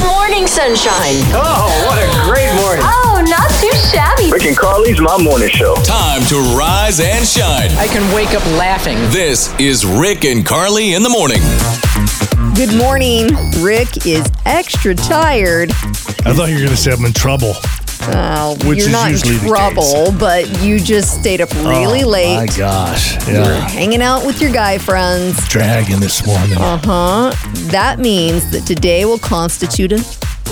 Morning sunshine. Oh, what a great morning. Oh, not too shabby. Rick and Carly's My Morning Show. Time to rise and shine. I can wake up laughing. This is Rick and Carly in the morning. Good morning. Rick is extra tired. I thought you were going to say I'm in trouble. Oh, Which you're is not in usually the case. trouble, but you just stayed up really Oh, My late, gosh. Yeah. hanging out with your guy friends. Dragging this morning. Uh-huh. Uh huh. That means that today will constitute a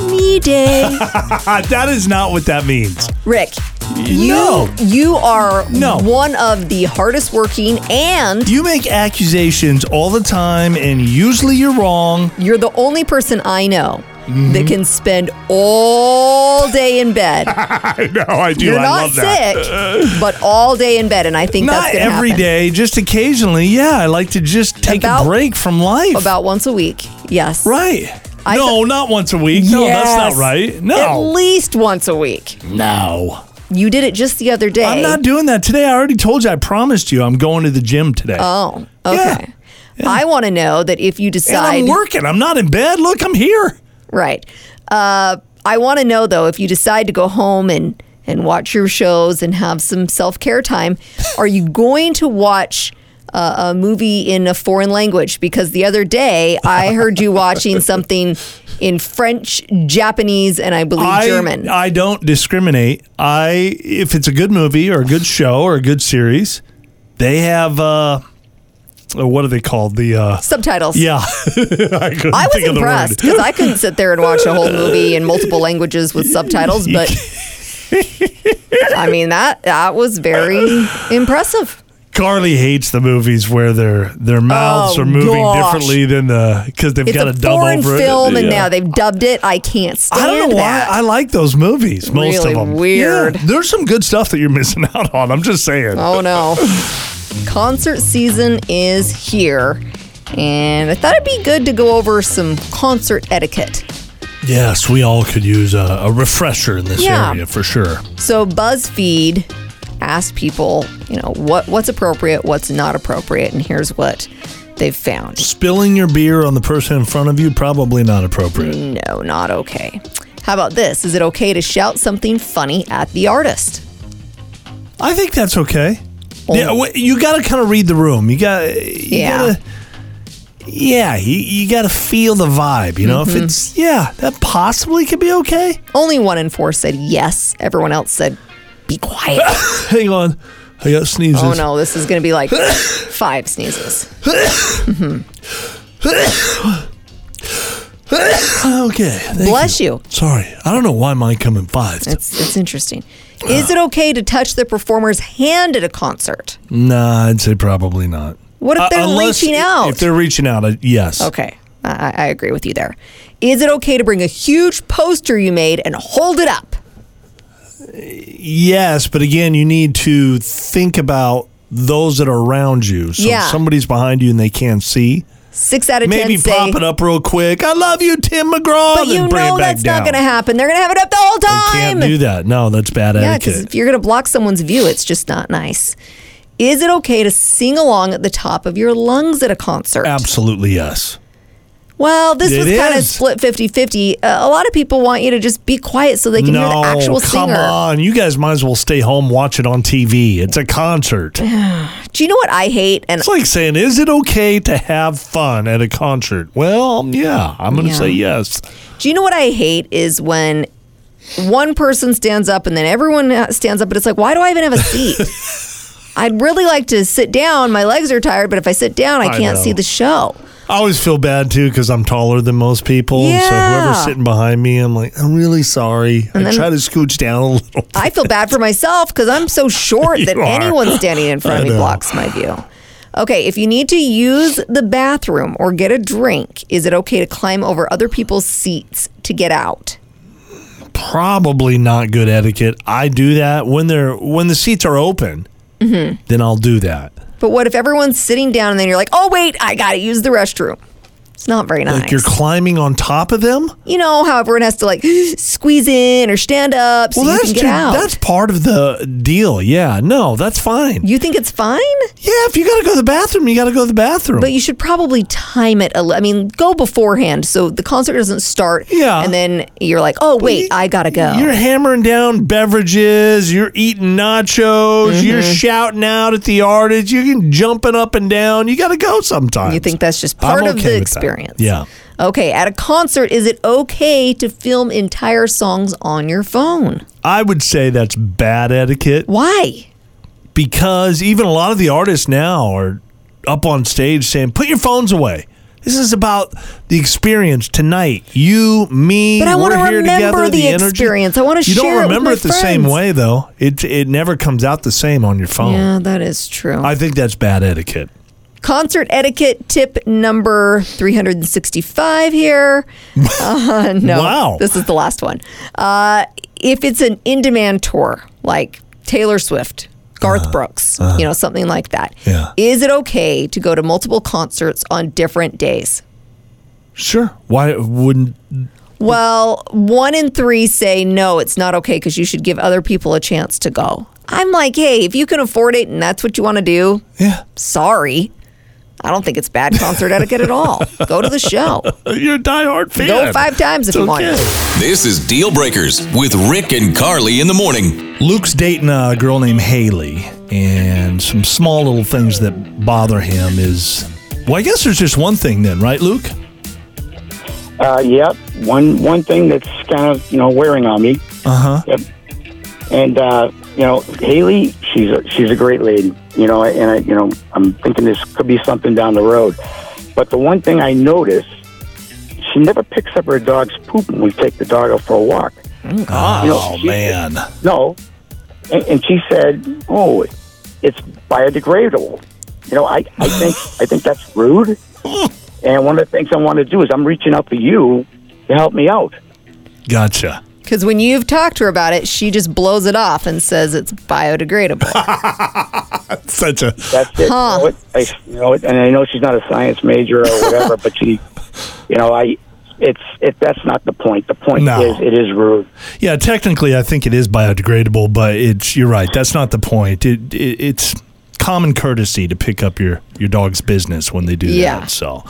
me day. Uh, that is not what that means. Rick, you No. you are No. one of the hardest working, and You make accusations all the time, and usually you're wrong. you're the only person I know. Mm-hmm. That can spend all day in bed. I know, I do. You're not sick, but all day in bed, and I think Not that's gonna every day, happen. just occasionally. Yeah, I like to just take About- a break from life. About once a week. Yes. right. I no, thought- not once a week. No, that's Yes. not right. At No. least once a week. No. You did it just the other day. I'm not doing that today. I already told you. I promised you I'm going to the gym today. Oh, okay. I want to know that if you and decide. I'm working. I'm not in bed. Look, I'm here. Right. Uh, I want to know, though, if you decide to go home and, and watch your shows and have some self care time, are you going to watch uh, a movie in a foreign language? Because the other day I heard you watching something in French, Japanese, and I believe I, German. I don't discriminate. I if it's a good movie or a good show or a good series, they have uh oh, what are they called? The uh Subtitles. yeah. I, couldn't I was think of the word. impressed because I couldn't sit there and watch a whole movie in multiple languages with subtitles, but I mean that that was very impressive. Carly hates the movies where their their mouths Oh, are moving gosh. differently than the because they've It's got a to dub foreign over film, it. and Yeah. now they've dubbed it. I can't stand I don't know why that. I like those movies. Most Really of them. weird. Yeah, there's some good stuff that you're missing out on. I'm just saying. oh no, concert season is here, and I thought it'd be good to go over some concert etiquette. Yes, we all could use a, a refresher in this Yeah. area for sure. So BuzzFeed asked people, you know, what what's appropriate, what's not appropriate, and here's what they've found. Spilling your beer on the person in front of you probably not appropriate. No, not okay. How about this? Is it okay to shout something funny at the artist? I think that's okay. Yeah, wh- you got to kind of read the room. You got Oh. Yeah. yeah. Gotta, yeah, you, you got to feel the vibe, you know? Mm-hmm. If it's yeah, that possibly could be okay. Only one in four said yes. Everyone else said, be quiet. Hang on. I got sneezes. oh no, this is going to be like five sneezes. Ah, Okay. thank Bless you. Sorry. I don't know why mine come in fives. It's, it's interesting. Is it okay to touch the performer's hand at a concert? nah, I'd say probably not. What if Uh, they're unless- reaching out? If they're reaching out, I, yes. okay, I, I agree with you there. Is it okay to bring a huge poster you made and hold it up? Yes, but again, you need to think about those that are around you. So Yeah. if somebody's behind you and they can't see, Six out of maybe ten say. pop it up real quick. I love you, Tim McGraw. But then you bring know it back that's not down. going to happen. They're going to have it up the whole You time. can't do that. No, that's bad Yeah, because etiquette. if you're going to block someone's view, it's just not nice. Is it okay to sing along at the top of your lungs at a concert? Absolutely yes. Well, this Um, It was kind of is. split 50 50. Uh, a lot of people want you to just be quiet so they can no, hear the actual come singer. on. You guys might as well stay home, watch it on TV. It's a concert. It's Do you know what I hate? And like saying, is it okay to have fun at a concert? Well, yeah, I'm going to Yeah. say yes. do you know what I hate is when one person stands up and then everyone uh, stands up, but it's like, why do I even have a seat? I'd really like to sit down. My legs are tired, but if I sit down, I I can't know. see the show. I always feel bad too because I'm taller than most people. So Yeah. whoever's sitting behind me, I'm like, I'm really sorry. I then- try to scooch down a little. I feel bad for myself because I'm so short that You are. anyone standing in front of I me know. blocks my view. Okay, if you need to use the bathroom or get a drink, is it okay to climb over other people's seats to get out? Probably not good etiquette. I do that when they're when the seats are open. Mm-hmm. Then I'll do that. But what if everyone's sitting down and then you're like, oh, wait, I got to use the restroom? It's not very nice. Like you're climbing on top of them. you know how everyone has to like squeeze in or stand up so well, you that's can get ju- out. that's part of the deal. Yeah, no, that's fine. you think it's fine, yeah, if you got to go to the bathroom, you got to go to the bathroom. but you should probably time it. A li- I mean, go beforehand so the concert doesn't start. Yeah. and then you're like, oh wait, I gotta go. You're hammering down beverages. You're eating nachos. Mm-hmm. You're shouting out at the artists. You can jumping up and down. You got to go sometimes. You think that's just I'm part of the okay with that. experience? Yeah. Okay. At a concert, is it okay to film entire songs on your phone? I would say that's bad etiquette Why? because even a lot of the artists now are up on stage saying, "Put your phones away." This is about the experience tonight. You, me, But I we're wanna here remember together. the energy. experience. I wanna You share it with don't remember my it, the same friends. way though. It it never comes out the same on your phone. Yeah, that is true. I think that's bad etiquette. concert etiquette tip number 365 here. Uh, no. Wow. This is the last one. Uh, if it's an in demand tour, like Taylor Swift, Garth Brooks, you know, something like that, is Uh-huh. Yeah. it okay to go to multiple concerts on different days? Sure. Why wouldn't? Well, one in three say no, it's not okay because you should give other people a chance to go. I'm like, hey, if you can afford it and that's what you want to do, Yeah. sorry. I don't think it's bad concert etiquette at all. Go to the show. Uh, You're a diehard fan. Go five times if It's you want. okay. This is Deal Breakers with Rick and Carly in the morning. Luke's dating a girl named Haley, and some small little things that bother him is. Well, I guess there's just one thing then, right, Luke? Uh, yep. One one thing that's kind of you know wearing on me. Uh huh. Yep. And uh, you know Haley, she's a, she's a great lady. You know, and I you know I'm thinking this could be something down the road. But the one thing I notice, she never picks up her dog's poop when we take the dog out for a walk. Oh, You know, she- man. No. And, and she said, "Oh, it's biodegradable." You know, I, I think I think that's rude. And one of the things I want to do is I'm reaching out to you to help me out. Gotcha. Because when you've talked to her about it, she just blows it off and says it's biodegradable. Such a. That's it. Huh. You know, it, I, you know it, and I know she's not a science major or whatever, but she, you know, I, it's it. That's not the point. The point No. is, it is rude. Yeah, technically, I think it is biodegradable, but it's you're right. That's not the point. It, it it's common courtesy to pick up your your dog's business when they do Yeah. that. So.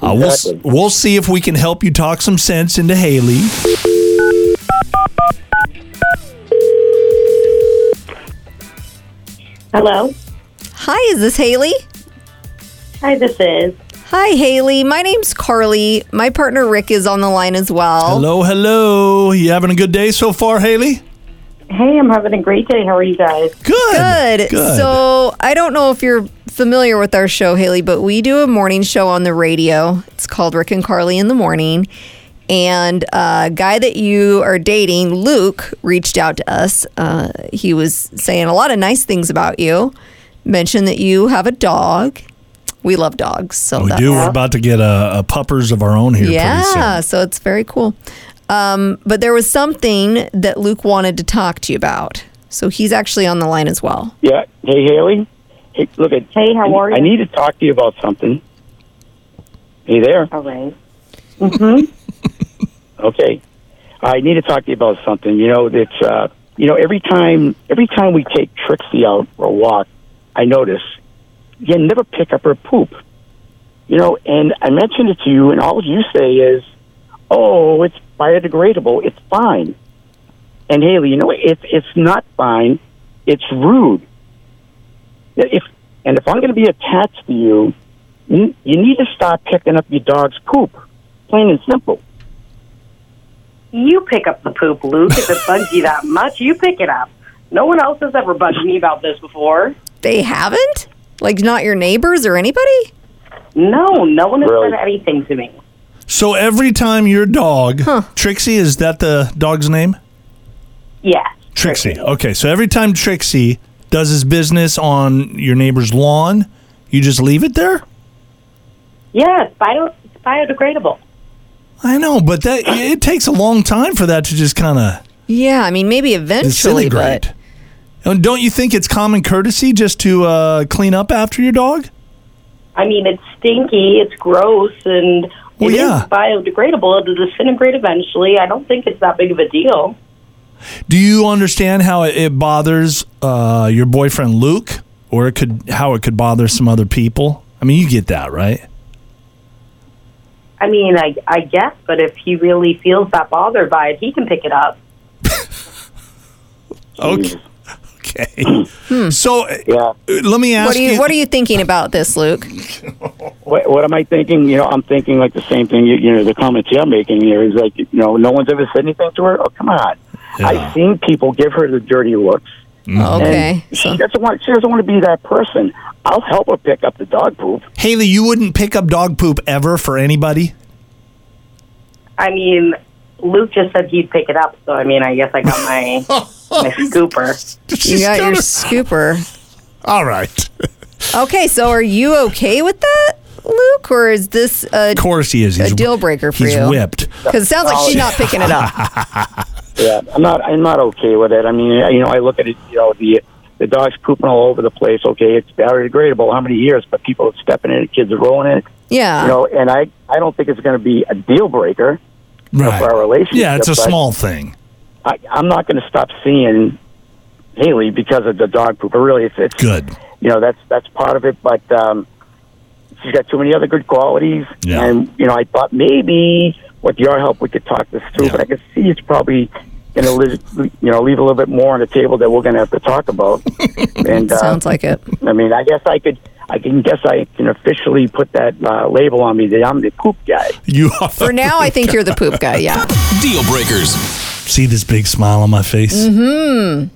Uh, we'll, s- Exactly. we'll see if we can help you talk some sense into Haley. Hello. Hi, is this Haley? Hi, this is. Hi, Haley. My name's Carly. My partner Rick is on the line as well. Hello, hello. You having a good day so far, Haley? Hey, I'm having a great day. How are you guys? Good. Good. So I don't know if you're familiar with our show, Haley, but we do a morning show on the radio. It's called Rick and Carly in the Morning. And a uh, guy that you are dating, Luke, reached out to us. Uh, he was saying a lot of nice things about you, mentioned that you have a dog. We love dogs. So Oh, we that- do. We're about to get a, a puppers of our own here Yeah. pretty So it's very cool. Um, but there was something that Luke wanted to talk to you about. So he's actually on the line as well. Yeah. Hey, Haley. Hey, look at. Hey, how are I you? need to talk to you about something. Hey there. All right. Okay. I need to talk to you about something. You know, it's uh, you know, every time every time we take Trixie out for a walk, I notice you never pick up her poop. You know, and I mentioned it to you, and all you say is, "Oh, it's biodegradable. It's fine." And Haley, you know, it's it's not fine. It's rude. If and if I'm going to be attached to you, you you need to stop picking up your dog's poop. Plain and simple. You pick up the poop, Luke. If it bugs you that much, you pick it up. No one else has ever bugged me about this before. They haven't? Like not your neighbors or anybody? No, no one has Really? said anything to me. soon. So every time your dog, Trixie, is that the dog's name? Yes. Trixie. Okay. So every time Trixie does his business on your neighbor's lawn, you just leave it there? Yes, bio, it's biodegradable. I know, but that it takes a long time for that to just kind of Yeah, I mean maybe eventually, disintegrate. but And don't you think it's common courtesy just to uh, clean up after your dog? I mean, it's stinky, it's gross, and Well, It is yeah. biodegradable. It'll disintegrate eventually. I don't think it's that big of a deal. Do you understand how it, it bothers uh, your boyfriend Luke, or it could how it could bother some other people? I mean, you get that, right? I mean, I, I guess, but if he really feels that bothered by it, he can pick it up. Okay. Okay. So uh, Yeah. let me ask What are you What are you thinking about this, Luke? What, what am I thinking? You know, I'm thinking like the same thing. You, you know, the comments you're making here is like, you know, no one's ever said anything to her. Oh, come on. I've seen people give her the dirty looks. Oh, Okay. And So she doesn't want. She doesn't want to be that person. I'll help her pick up the dog poop. Haley, you wouldn't pick up dog poop ever for anybody? I mean, Luke just said he'd pick it up, so I mean, I guess I got my my scooper. you got your scooper. All right. Okay. So are you okay with that, Luke, or is this a Of course he is. He's, A deal breaker for he's you. whipped. Because it sounds like she's not picking it up. Yeah, I'm not. I'm not okay with it. I mean, you know, I look at it. You know, the the dog's pooping all over the place. Okay, it's biodegradable. How many years? But people are stepping in it. Kids are rolling in it. Yeah. You know, and I I don't think it's going to be a deal breaker Right. for our relationship. Yeah, it's a but small thing. I, I'm not going to stop seeing Haley because of the dog poop. But really, it's it's Good. you know that's that's part of it but um she's got too many other good qualities Yeah. and you know i thought maybe with your help we could talk this through Yeah. but i can see it's probably going to leave, you know leave a little bit more on the table that we're going to have to talk about and uh, Sounds like it. i mean i guess i could i can guess i can officially put that uh, label on me that i'm the poop guy You are For now, I think you're the poop guy. Yeah. Deal breakers. See this big smile on my face? Mm-hmm.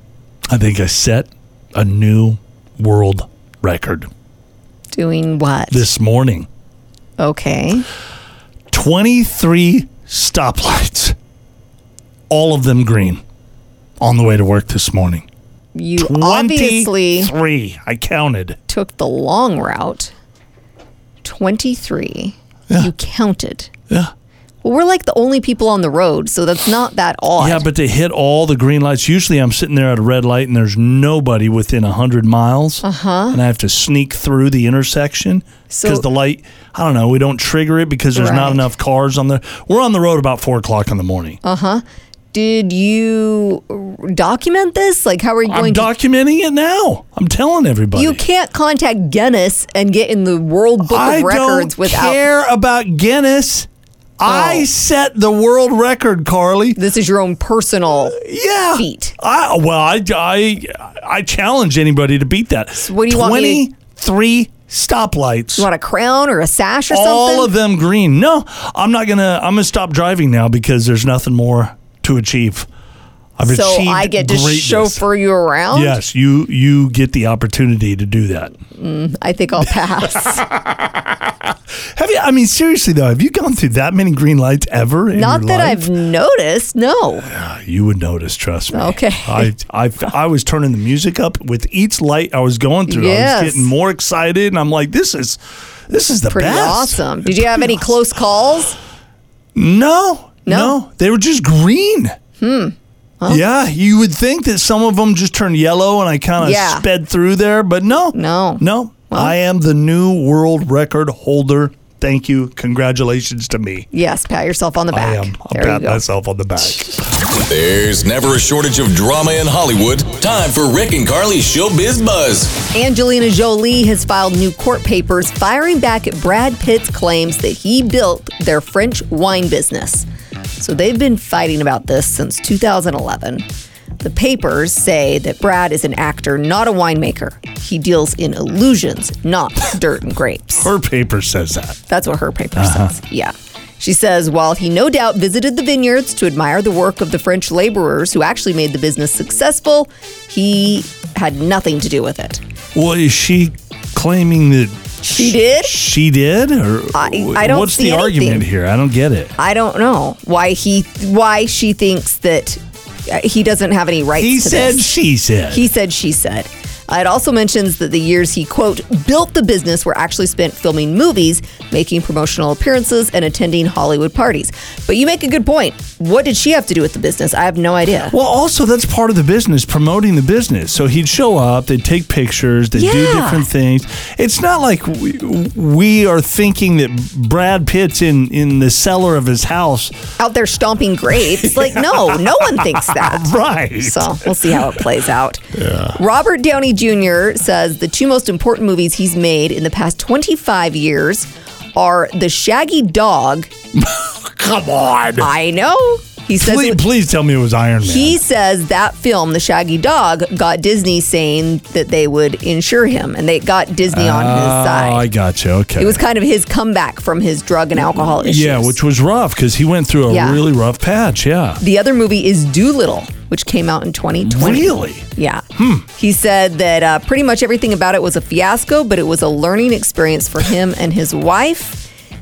I think I set a new world record Doing what? this morning. Okay. 23 stoplights, all of them green, on the way to work this morning. You obviously 23. I counted. took the long route. 23. Yeah. You counted. Yeah. Well, we're like the only people on the road, so that's not that odd. Yeah, but they hit all the green lights. Usually I'm sitting there at a red light and there's nobody within 100 miles. Uh-huh. And I have to sneak through the intersection So- because the light, I don't know, we don't trigger it because there's Right. not enough cars on the. We're on the road about 4 o'clock in the morning. Uh-huh. Did you document this? Like, how are you I'm going to? documenting it now. I'm telling everybody. You can't contact Guinness and get in the World Book of I Records don't without. care about Guinness. I Oh. set the world record, Carly. This is your own personal. Yeah. Feet. I, well, I, I, I challenge anybody to beat that. what do you want me to- 23 stoplights. You want a crown or a sash or something? all of them green. No, I'm not going to. I'm going to stop driving now because there's nothing more to achieve. I've so achieved I get to greatness. chauffeur you around. Yes, you you get the opportunity to do that. I think I'll pass. Have you? I mean, seriously though, have you gone through that many green lights ever? in Not your that life? I've noticed. No. You would notice, trust me. Okay. I, I, I was turning the music up with each light I was going through. I Yes. was getting more excited, and I'm like, this is, this is the Pretty best. awesome. Did you have any close calls? No, no, No? they were just green. Hmm. Yeah, you would think that some of them just turned yellow, and I kind of Yeah. sped through there, but no, No. no. I am the new world record holder. Thank you. Congratulations to me. Yes. Pat yourself on the back. I am. I'll there pat you go. myself on the back. There's never a shortage of drama in Hollywood. Time for Rick and Carly's Showbiz Buzz. Angelina Jolie has filed new court papers firing back at Brad Pitt's claims that he built their French wine business. So they've been fighting about this since 2011. The papers say that Brad is an actor, not a winemaker. He deals in illusions, not dirt and grapes. Her paper says that. That's what her paper says. Yeah. She says, while he no doubt visited the vineyards to admire the work of the French laborers who actually made the business successful, he had nothing to do with it. Well, is she claiming that She did? She did, or I- I don't What's see the argument anything. here? I don't get it. I don't know why he why she thinks that uh, he doesn't have any rights. He to said, this. she said. he said she said. Uh, It also mentions that the years he, quote, built the business were actually spent filming movies, making promotional appearances, and attending Hollywood parties. But you make a good point. What did she have to do with the business? I have no idea. Well, also that's part of the business, promoting the business. So he'd show up, they'd take pictures, they would do Yeah. different things. It's not like we, we are thinking that Brad Pitt's in in the cellar of his house, Out there stomping grapes. Like, no, no one thinks that. right? So we'll see how it plays out. Robert Downey Jr. says the two most important movies he's made in the past 25 years are The Shaggy Dog. Come on, I know. He says please, please tell me it was Iron Man. he says that film, The Shaggy Dog, got Disney saying that they would insure him, and they got Disney on his Oh, I side. got you. Okay, It was kind of his comeback from his drug and alcohol issues. yeah, which was rough because he went through a Yeah. really rough patch. Yeah, The other movie is Doolittle, which came out in 2020. really. Yeah. He said that uh, pretty much everything about it was a fiasco, but it was a learning experience for him and his wife.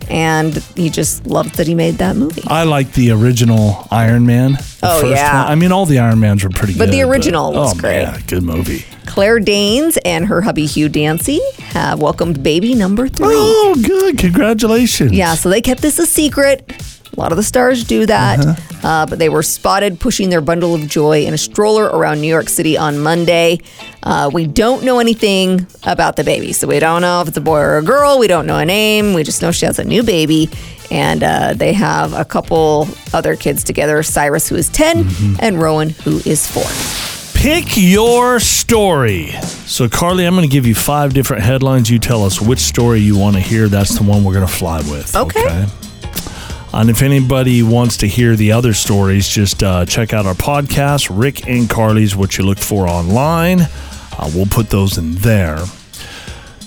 And he just loved that he made that movie. I like the original Iron Man. the Oh, first yeah. one. I mean all the Iron Mans were pretty But good. the original was oh, great. man, good movie. Claire Danes and her hubby Hugh Dancy have welcomed baby number three. Oh, good! Congratulations. Yeah, so they kept this a secret. A lot of the stars do that. uh but they were spotted pushing their bundle of joy in a stroller around New York City on Monday. Uh, we don't know anything about the baby. So we don't know if it's a boy or a girl. We don't know a name. We just know she has a new baby. And uh, they have a couple other kids together Cyrus, who is 10, and Rowan, who is 4. Pick your story. So, Carly, I'm going to give you five different headlines. You tell us which story you want to hear. That's the one we're going to fly with. Okay. And if anybody wants to hear the other stories, just uh, check out our podcast, Rick and Carly's What You Look For Online. Uh, we'll put those in there.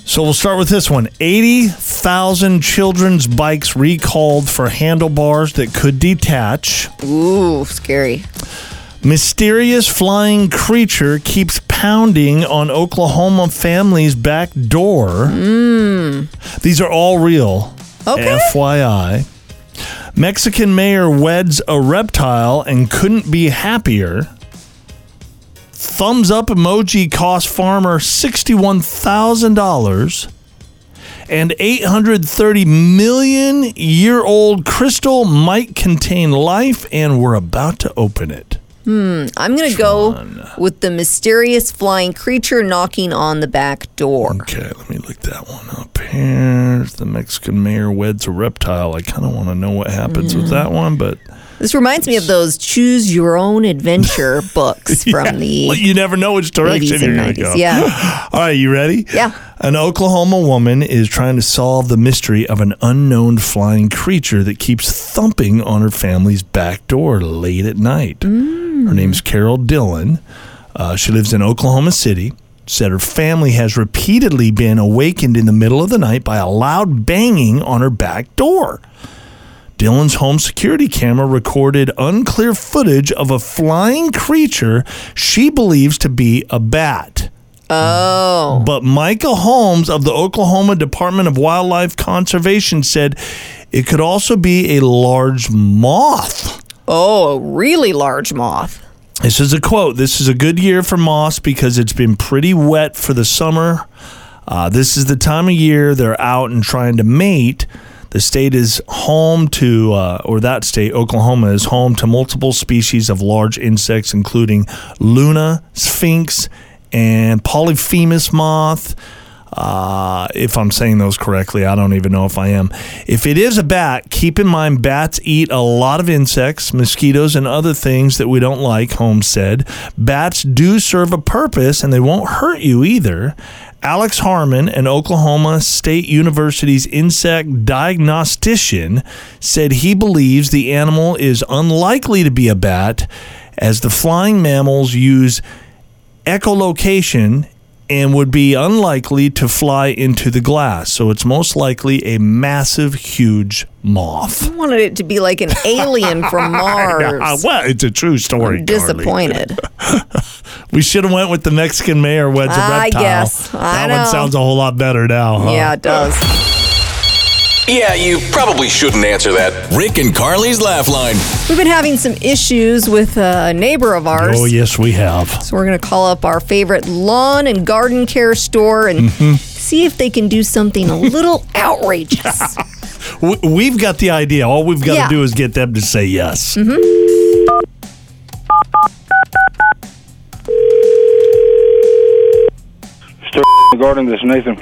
So we'll start with this one 80,000 children's bikes recalled for handlebars that could detach. Ooh, scary. Mysterious flying creature keeps pounding on Oklahoma family's back door. These are all real. Okay. FYI. Mexican mayor weds a reptile and couldn't be happier. Thumbs up emoji cost farmer $61,000. And 830 million year old crystal might contain life, and we're about to open it. I'm going to go with the mysterious flying creature knocking on the back door. Okay, let me look that one up here. The Mexican mayor weds a reptile. I kind of want to know what happens with that one, but This reminds me of those choose your own adventure books from the. Well, you never know which 80s direction and you're going to 90s, go. yeah. All right, you ready? Yeah. An Oklahoma woman is trying to solve the mystery of an unknown flying creature that keeps thumping on her family's back door late at night. Her name's Carol Dillon. Uh, she lives in Oklahoma City. Said her family has repeatedly been awakened in the middle of the night by a loud banging on her back door. Dylan's home security camera recorded unclear footage of a flying creature she believes to be a bat. Oh. But Micah Holmes of the Oklahoma Department of Wildlife Conservation said it could also be a large moth. Oh, a really large moth. This is a quote. This is a good year for moss because it's been pretty wet for the summer. Uh, this is the time of year they're out and trying to mate. The state is home to, uh, or that state, Oklahoma, is home to multiple species of large insects, including Luna, Sphinx, and Polyphemus moth. Uh, if I'm saying those correctly, I don't even know if I am. If it is a bat, keep in mind bats eat a lot of insects, mosquitoes, and other things that we don't like, Holmes said. Bats do serve a purpose and they won't hurt you either. Alex Harmon, an Oklahoma State University's insect diagnostician, said he believes the animal is unlikely to be a bat as the flying mammals use echolocation and would be unlikely to fly into the glass. So it's most likely a massive, huge moth. I wanted it to be like an alien from Mars. uh, well, it's a true story. I'm disappointed. Uh-huh. We should have went with the Mexican mayor weds a I reptile. guess. Ah, I that know. one sounds a whole lot better now. Huh? Yeah, it does. Yeah, you probably shouldn't answer that. Rick and Carly's Laugh Line. We've been having some issues with a neighbor of ours. Oh, yes, we have. So we're going to call up our favorite lawn and garden care store and Mm-hmm. see if they can do something a little outrageous. We, we've got the idea. All we've got Yeah. Mm-hmm. to do is get them to say yes. Stir Garden, this is Nathan.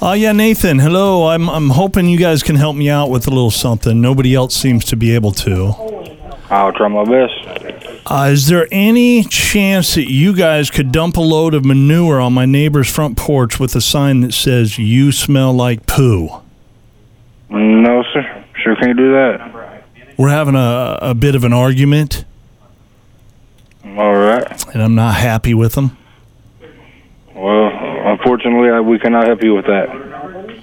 Oh, yeah, Nathan. Hello. I'm, I'm hoping you guys can help me out with a little something. Nobody else seems to be able to. I'll try my best. Uh, is there any chance that you guys could dump a load of manure on my neighbor's front porch with a sign that says, You smell like poo? No, sir. Sure can't do that. We're having a, a bit of an argument, All right. and I'm not happy with them. Well, unfortunately, I, we cannot help you with that.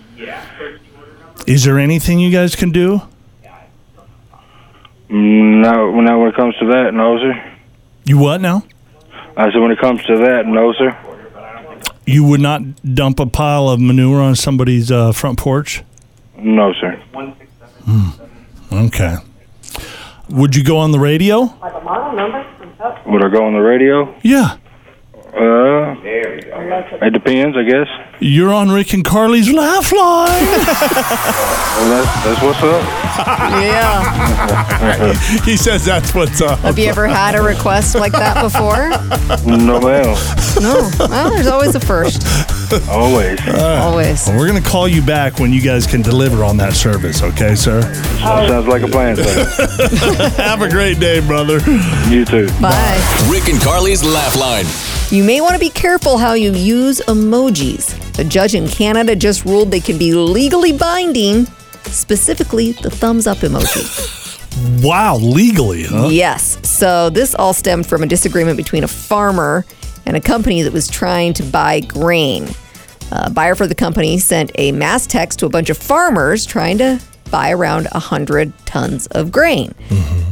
Is there anything you guys can do? Mm, No, no. When it comes to that, no, sir. You what now? I said when it comes to that, no, sir. You would not dump a pile of manure on somebody's uh, front porch? No, sir. Okay. Would you go on the radio? Would I go on the radio? Yeah. Uh, it depends, I guess. You're on Rick and Carly's Laugh Line. Well, that's, that's what's up. yeah. He says that's what's up. Have you ever had a request like that before? No, ma'am. No. Well, there's always a first. Always. Always. We're going to call you back when you guys can deliver on that service, okay, sir? Sounds like a plan, sir. Have a great day, brother. You too. Bye. Rick and Carly's Laugh Line. You may want to be careful how you use emojis. A judge in Canada just ruled they can be legally binding, specifically the thumbs up emoji. Wow, legally, huh? yes. So this all stemmed from a disagreement between a farmer and a company that was trying to buy grain. A buyer for the company sent a mass text to a bunch of farmers trying to buy around 100 tons of grain.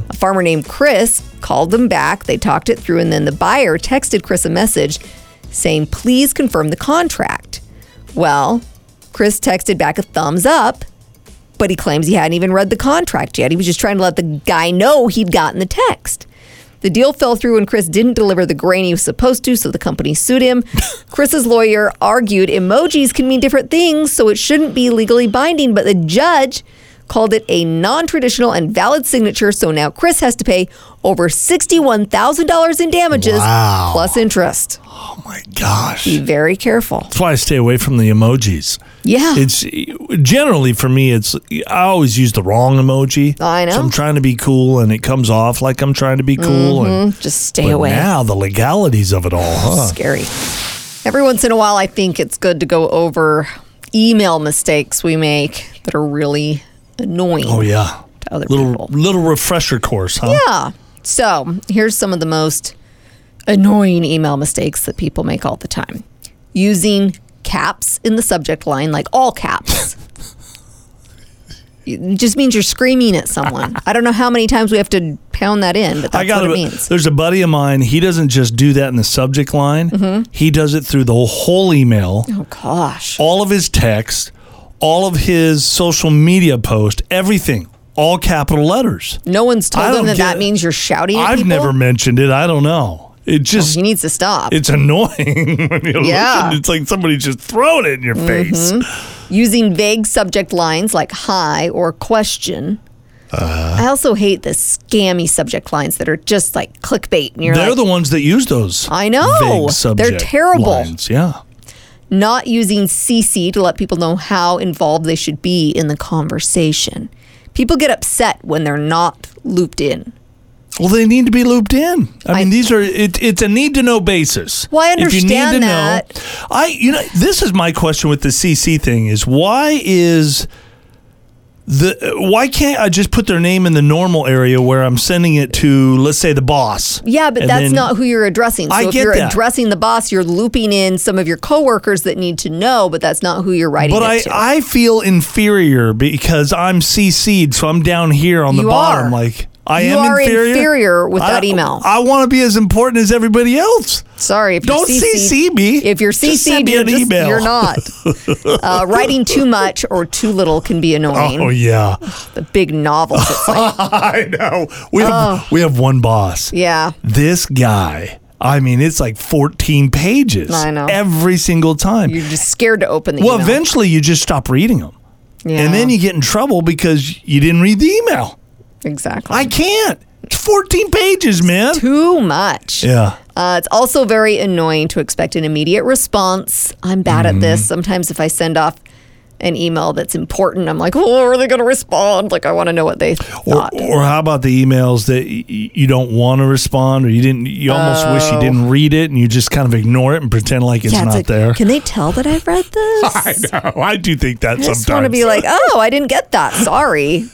A farmer named Chris called them back. They talked it through, and then the buyer texted Chris a message saying, Please confirm the contract. Well, Chris texted back a thumbs up, but he claims he hadn't even read the contract yet. He was just trying to let the guy know he'd gotten the text. The deal fell through and Chris didn't deliver the grain he was supposed to, so the company sued him. Chris's lawyer argued emojis can mean different things, so it shouldn't be legally binding, but the judge called it a non traditional and valid signature, so now Chris has to pay over $61,000 in damages plus interest. Oh My gosh. Be very careful. That's why I stay away from the emojis. Yeah. It's generally for me, it's I always use the wrong emoji. I know. So I'm trying to be cool and it comes off like I'm trying to be cool. And, Just Mm-hmm. stay but away. now the legalities of it all, huh? Scary. Every once in a while, I think it's good to go over email mistakes we make that are really annoying Oh, yeah. to other Little, people. little refresher course, huh? Yeah. So here's some of the most annoying email mistakes that people make all the time using caps in the subject line, like all caps. It just means you're screaming at someone. I don't know how many times we have to pound that in, but that's I got what it a, means. There's a buddy of mine. He doesn't just do that in the subject line. Mm-hmm. He does it through the whole email, Oh, gosh. all of his text, all of his social media post, everything, all capital letters. No one's I told don't him that get that it. means you're shouting at I've people. never mentioned it. I don't know. It just He needs to stop. it's annoying when you Yeah. Mm-hmm. listen. It's like somebody's just throwing it in your face. using vague subject lines like hi or question. Uh-huh. I also hate the scammy subject lines that are just like clickbait, and you're They're like, the ones that use those. I know. Vague They're subject terrible. lines. Yeah. not using CC to let people know how involved they should be in the conversation. People get upset when they're not looped in. Well, they need to be looped in. I, I- mean, these are it, it's a need to know basis. Well, I If you need understand to know- that. I you know this is my question with the CC thing is why is the why can't I just put their name in the normal area where I'm sending it to let's say the boss? Yeah, but And that's then- not who you're addressing. So I if get you're that. addressing the boss, you're looping in some of your coworkers that need to know, but that's not who you're writing But it I, to. I feel inferior because I'm CC'd, so I'm down here on the You bottom. are. Like I You am are inferior, inferior with I- that email. I want to be as important as everybody else. Sorry, if Don't you're CC me. If you're CC'd, Just send me you're, an just- email. you're not. Uh, writing too much or too little can be annoying. Oh yeah, The big novels. It's like, I know. We have Uh. we have one boss. yeah. This guy. I mean, it's like 14 pages. I know. Every single time. You're just scared to open the well, email. eventually you just stop reading them. yeah, And then you get in trouble because you didn't read the email. exactly. I can't. It's 14 pages, man. too much. Yeah. Uh, it's also very annoying to expect an immediate response. I'm bad at Mm-hmm. this. Sometimes if I send off an email that's important, I'm like, oh, are they going to respond? Like, I want to know what they Or, thought. or how about the emails that y- y- you don't want to respond or you didn't you almost wish you didn't read it and you just kind of ignore it and pretend like it's Oh. yeah, it's not like, there. Can they tell that I've read this? I I know. I do think that just want sometimes. to be like, oh, I didn't get that. Sorry.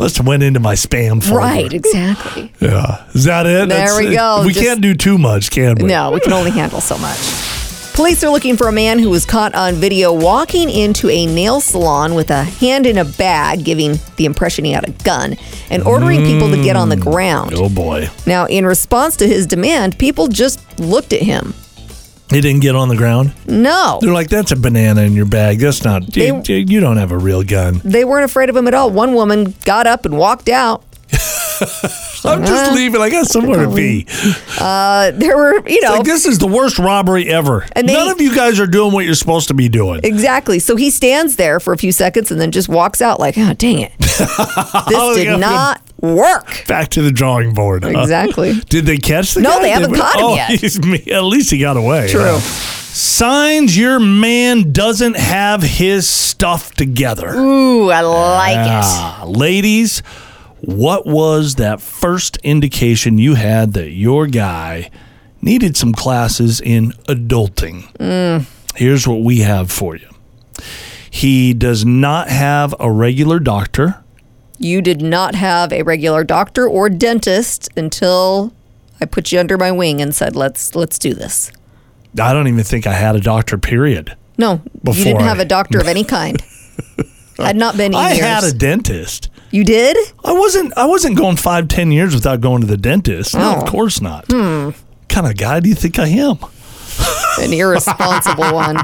Must have went into my spam folder. right, exactly. Yeah. Is that it? There we it. go. We Just- can't do too much, can we? No, we can only handle so much. Police are looking for a man who was caught on video walking into a nail salon with a hand in a bag, giving the impression he had a gun, and ordering people to get on the ground. Oh boy. Now, in response to his demand, people just looked at him. It didn't get on the ground. No, They're like, that's a banana in your bag. That's not. You, you don't have a real gun. they weren't afraid of him at all. One woman got up and walked out. I'm just "Ah, leaving. I got somewhere to I'll be. Uh, there were, you know, Like this is the worst robbery ever. And they- None of you guys are doing what you're supposed to be doing. exactly. So he stands there for a few seconds and then just walks out like, oh, dang it. this yeah. did not work. Back to the drawing board. huh? Exactly. Did they catch the No, guy? they haven't Did- caught him oh, yet. he's- at least he got away. True. Yeah. Signs your man doesn't have his stuff together. Ooh, I like it. Ah, ladies, what was that first indication you had that your guy needed some classes in adulting? Mm. Here's what we have for you he does not have a regular doctor. You did not have a regular doctor or dentist until I put you under my wing and said, let's let's do this. I don't even think I had a doctor, period. No, you Before didn't have I- a doctor of any kind. I'd not been in I years. had a dentist. You did? I wasn't I wasn't going five, ten years without going to the dentist. No, Oh. of course not. Hmm. Kind of guy do you think I am? An irresponsible one.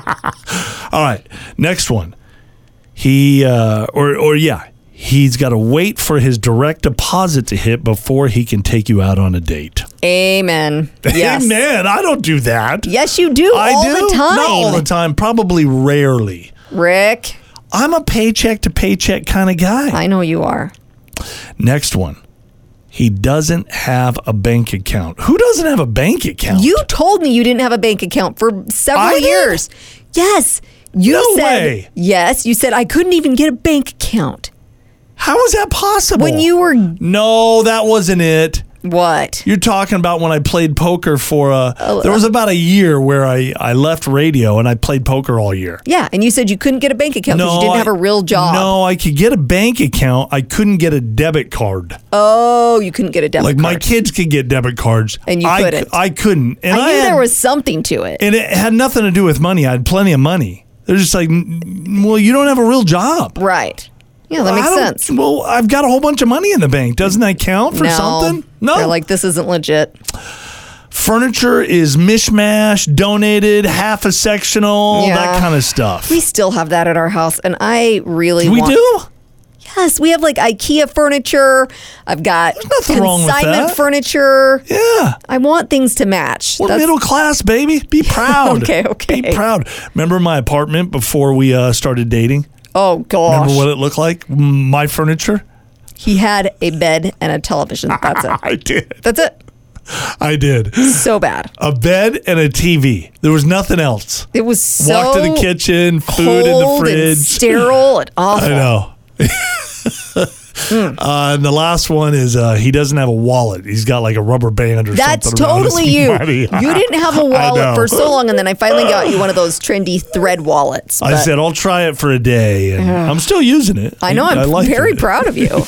All right, next one. He uh, or or yeah, he's got to wait for his direct deposit to hit before he can take you out on a date. Amen. Yes. Amen. I don't do that. Yes, you do I all do the time. Not all the time. Probably rarely. Rick, I'm a paycheck to paycheck kind of guy. I know you are. Next one. He doesn't have a bank account. Who doesn't have a bank account? You told me you didn't have a bank account for several I did? years. Yes. You No said way. yes. You said I couldn't even get a bank account How is that possible? when you were No, that wasn't it. what? You're talking about when I played poker for a. Oh, there was about a year where I, I left radio and I played poker all year. Yeah, and you said you couldn't get a bank account because No, you didn't I- have a real job. No, I could get a bank account. I couldn't get a debit card. Oh, you couldn't get a debit like my card. kids could get debit cards, And you I, couldn't. I couldn't. And I I, knew had, there was something to it. and it had nothing to do with money. I had plenty of money. They're just like, "N- well, you don't have a real job. right. Yeah, that makes I don't- sense. Well, I've got a whole bunch of money in the bank. Doesn't that count for no, something? No. They're like, this isn't legit. furniture is mishmash, donated, half a sectional, Yeah. that kind of stuff. We still have that at our house, and I really We want- do? Yes, we have like IKEA furniture. I've got nothing wrong with consignment that. furniture. Yeah. I want things to match. We're That's- middle class, baby. Be proud. Okay, okay. Be proud. Remember my apartment before we uh, started dating? oh gosh, Remember what it looked like? Mm, My furniture? he had a bed and a television. That's it. I did. That's it. I did. So bad. A bed and a TV. There was nothing else. It was so Walk to the kitchen, food in the cold and fridge. sterile and awful. I know. Hmm. Uh, and the last one is uh, he doesn't have a wallet. He's got like a rubber band or That's something. around his totally you. body. You didn't have a I wallet know. for so long, and then I finally got you one of those trendy thread wallets. I but said I'll try it for a day, and I'm still using it. I know. I'm like very it. proud of you.